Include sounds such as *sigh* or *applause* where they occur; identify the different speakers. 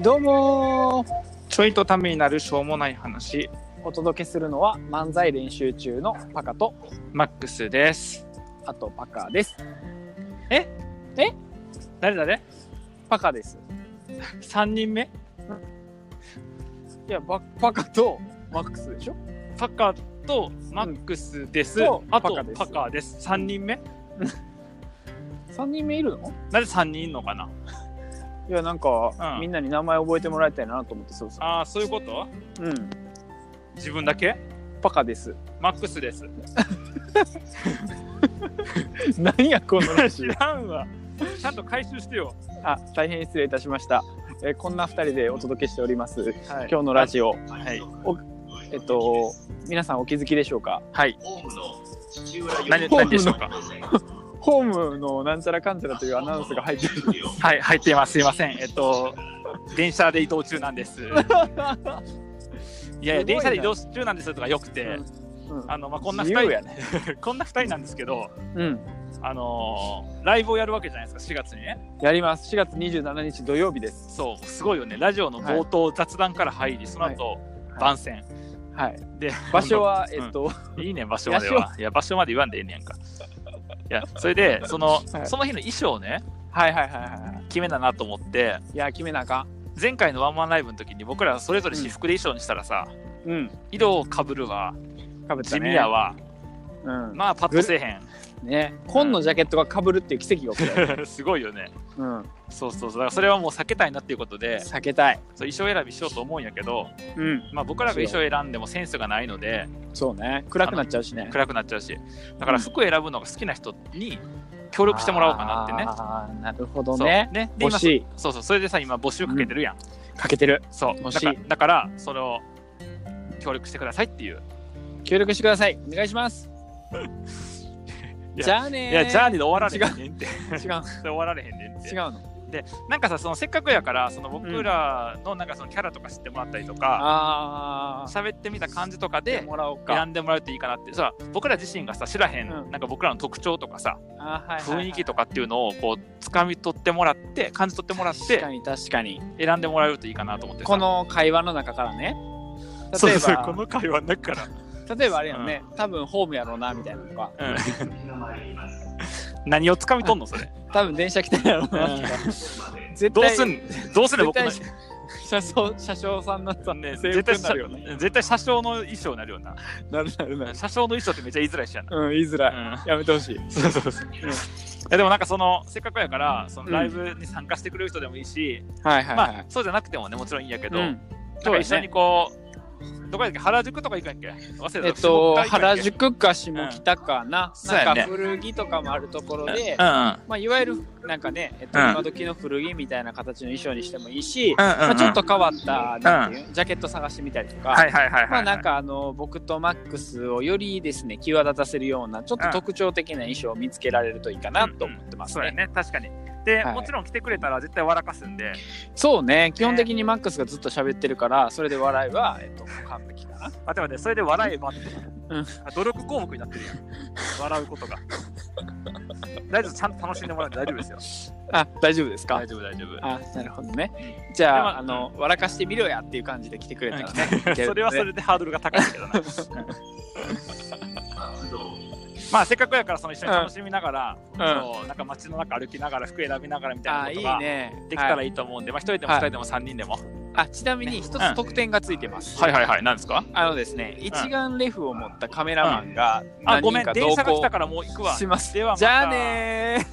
Speaker 1: どうもー
Speaker 2: ちょいとためになるしょうもない話、
Speaker 1: お届けするのは漫才練習中のパカと
Speaker 2: マックスです。
Speaker 1: あとパカです
Speaker 2: 誰誰
Speaker 1: パカです
Speaker 2: ?3 人目
Speaker 1: いやパパカとマックスでしょ
Speaker 2: パカとマックスです。
Speaker 1: と
Speaker 2: あ
Speaker 1: パ
Speaker 2: と
Speaker 1: カです
Speaker 2: パカです。3人目
Speaker 1: 3人目いるの
Speaker 2: なぜ3人いんのかない
Speaker 1: やなんか、
Speaker 2: うん
Speaker 1: みんなに名前覚えてもらいたいなと思ってそうそ
Speaker 2: ああ、そういうこと
Speaker 1: ううん
Speaker 2: 自分だけ
Speaker 1: パカです
Speaker 2: マックスです。
Speaker 1: *laughs* 何やこの話
Speaker 2: 知らんわ。ちゃんと回収してよ。
Speaker 1: *laughs* あ大変失礼いたしました、えーこんな2人でお届けしております
Speaker 2: はい
Speaker 1: 今日のラジオ
Speaker 2: はい。
Speaker 1: えっと皆さんお気づきでしょうか
Speaker 2: はい。
Speaker 3: ホームの土浦よ
Speaker 2: 何
Speaker 3: り
Speaker 2: 何でしょうか
Speaker 1: ホームのなんちゃらかんちゃらというアナウンスが入ってる
Speaker 2: はい、入っています。すいません。えっと、電車で移動中なんです。いやい
Speaker 1: すごい
Speaker 2: や、
Speaker 1: な
Speaker 2: 電車で移動中なんですとかよくて、
Speaker 1: うん
Speaker 2: あの、まあ、こんな2
Speaker 1: 自由
Speaker 2: 人、
Speaker 1: やね
Speaker 2: こんな2人なんですけど、
Speaker 1: うん
Speaker 2: あのーライブをやるわけじゃないですか4月にね
Speaker 1: やります。4月27日土曜日です。
Speaker 2: そうすごいよねラジオの冒頭、雑談から入りその後、
Speaker 1: い
Speaker 2: 番宣
Speaker 1: はい。
Speaker 2: で
Speaker 1: 場所は、
Speaker 2: うん
Speaker 1: えっと、
Speaker 2: *laughs*
Speaker 1: *laughs*
Speaker 2: いいね場所まではいや場所まで言わんでええねやんかいやそれでその、
Speaker 1: はい
Speaker 2: その日の衣装をね
Speaker 1: はいはいはいは
Speaker 2: 決めたなと思って
Speaker 1: い。いや、決めなあか
Speaker 2: 前回のワンマンライブの時に僕らそれぞれ私服で衣装にしたらさ、
Speaker 1: ん。うん。
Speaker 2: 色をかぶるわ
Speaker 1: かぶった
Speaker 2: 地
Speaker 1: ね。
Speaker 2: 味や。わ、
Speaker 1: うん。
Speaker 2: まあパッとせえへ
Speaker 1: ね。紺のジャケットがかぶるっていう奇跡が起きたよ。
Speaker 2: んすごいよね
Speaker 1: うん。
Speaker 2: *laughs* そうそうそうだからそれはもう避けたいなっていうことで
Speaker 1: 避けたい。
Speaker 2: そう衣装選びしようと思うんやけど、
Speaker 1: うん。
Speaker 2: まあ、僕らが衣装選んでもセンスがないので、
Speaker 1: そうね。暗くなっちゃうしね。
Speaker 2: 暗くなっちゃうしだから服選ぶのが好きな人に協力してもらおうかなってね
Speaker 1: ああ、なるほど
Speaker 2: そう
Speaker 1: ね。
Speaker 2: ねで
Speaker 1: 欲
Speaker 2: 今
Speaker 1: しい。
Speaker 2: そうそうそれでさ今募集かけてるやん、
Speaker 1: かけてる。
Speaker 2: そう
Speaker 1: 欲
Speaker 2: だ
Speaker 1: しい
Speaker 2: からだからそれを協力してくださいっていう
Speaker 1: 協力してください。お願いします。
Speaker 2: *laughs* いや
Speaker 1: じゃあ
Speaker 2: い
Speaker 1: ねー。
Speaker 2: やジャーニーで終わられへんねんって
Speaker 1: 違う。
Speaker 2: それ終わられへんねんっ
Speaker 1: 違う
Speaker 2: て
Speaker 1: の。
Speaker 2: なんかさそのせっかくやからその僕らのなんかそのキャラとか知ってもらったりとか
Speaker 1: ああ。
Speaker 2: 喋ってみた感じとか
Speaker 1: て
Speaker 2: で
Speaker 1: もらおうか
Speaker 2: 選。んでもらうといいかなってさ僕ら自身がさ知らへん、
Speaker 1: うん
Speaker 2: なんか僕らの特徴とかさ
Speaker 1: あーはいはいは
Speaker 2: 雰
Speaker 1: い
Speaker 2: 囲気とかっていうのをこう掴み取ってもらって感じ取ってもらって
Speaker 1: 確かに確かに。
Speaker 2: 選んでもらえるといいかなと思ってさ
Speaker 1: この会話の中からね。
Speaker 2: そう
Speaker 1: 例え
Speaker 2: そう
Speaker 1: ば
Speaker 2: こ。の会話の中から
Speaker 1: 例えばあれやんね、多分ホームやろうなみたいなのとか
Speaker 2: *laughs* 何を掴み取んのそれ
Speaker 1: 多分電車来てるやろうなとか、絶
Speaker 2: どう
Speaker 1: 対
Speaker 2: すんどうすん
Speaker 1: 絶
Speaker 2: ねん僕の
Speaker 1: 対車掌車掌さんのさ、
Speaker 2: ね
Speaker 1: 制
Speaker 2: 絶
Speaker 1: 服
Speaker 2: 対
Speaker 1: になるよね
Speaker 2: 車絶対車掌の衣装になるような
Speaker 1: なるなるなる
Speaker 2: 車掌の衣装ってめっちゃ言いづらいしやな、
Speaker 1: うん言いづらい、
Speaker 2: うん
Speaker 1: やめてほしい
Speaker 2: *laughs* そうそうそう
Speaker 1: うん
Speaker 2: いやでもなんかそのせっかくやからそのライブに参加してくれる人でもいいし、
Speaker 1: はいはいはい、
Speaker 2: まあそうじゃなくてもねもちろんいいんやけど、
Speaker 1: う
Speaker 2: なん
Speaker 1: ん
Speaker 2: か一緒にこうどこやっけ原宿とか行くやんけ早稲田
Speaker 1: えっと
Speaker 2: 下北行くやんけ
Speaker 1: 原宿か下北かな、
Speaker 2: うん
Speaker 1: なん
Speaker 2: そう
Speaker 1: か
Speaker 2: やね
Speaker 1: 古着とかもあるところ
Speaker 2: うん
Speaker 1: で、まあ、いわゆるなんかね、えっと、
Speaker 2: うん
Speaker 1: 今時の古着みたいな形の衣装にしてもいいし、
Speaker 2: うんうんうん
Speaker 1: まあ、ちょっと変わったなんていう、ジャケット探してみたりとか、
Speaker 2: はいはいはいはい、
Speaker 1: まあなんかあの僕とマックスをよりですね際立たせるようなちょっと特徴的な衣装を見つけられるといいかなと思ってます
Speaker 2: そうや
Speaker 1: ね。
Speaker 2: ね確かにで、
Speaker 1: はい
Speaker 2: もちろん来てくれたら絶対笑かすんで
Speaker 1: そうね基本的にマックスがずっと喋ってるからそれで笑いはえっと完璧かな。
Speaker 2: あでもねそれで笑えばって、
Speaker 1: うん
Speaker 2: あ努力項目になってるや
Speaker 1: *laughs*
Speaker 2: ん笑うことが大丈夫ちゃんと楽しんでもらって大丈夫ですよ
Speaker 1: あ大丈夫ですか
Speaker 2: 大丈夫大丈夫
Speaker 1: あなるほどね。じゃあ,、
Speaker 2: でまあ
Speaker 1: あの笑かしてみろやっていう感じで来てくれたらね。
Speaker 2: *laughs* それはそれでハードルが高い
Speaker 1: *laughs*
Speaker 2: けどなまあせっかくやからその一緒に楽しみながら、
Speaker 1: うん
Speaker 2: そうなんか街の中歩きながら服選びながらみ
Speaker 1: あ
Speaker 2: たい
Speaker 1: い
Speaker 2: なこ
Speaker 1: い
Speaker 2: とが
Speaker 1: ね。
Speaker 2: できたら
Speaker 1: い
Speaker 2: いいと思うんで、まあ一人でも
Speaker 1: は
Speaker 2: 二
Speaker 1: い
Speaker 2: 人でも三人でも、
Speaker 1: あちなみに一
Speaker 2: うん
Speaker 1: つ特典がついてます。
Speaker 2: はいはいはい何ですか
Speaker 1: あのですね一眼レフを持持ったカメラマンが
Speaker 2: あ
Speaker 1: 何
Speaker 2: ごめ
Speaker 1: 人
Speaker 2: ん
Speaker 1: か
Speaker 2: 電
Speaker 1: 同
Speaker 2: 車が来
Speaker 1: 行
Speaker 2: たからもう行くわ
Speaker 1: します。
Speaker 2: ではまた
Speaker 1: じゃあねー。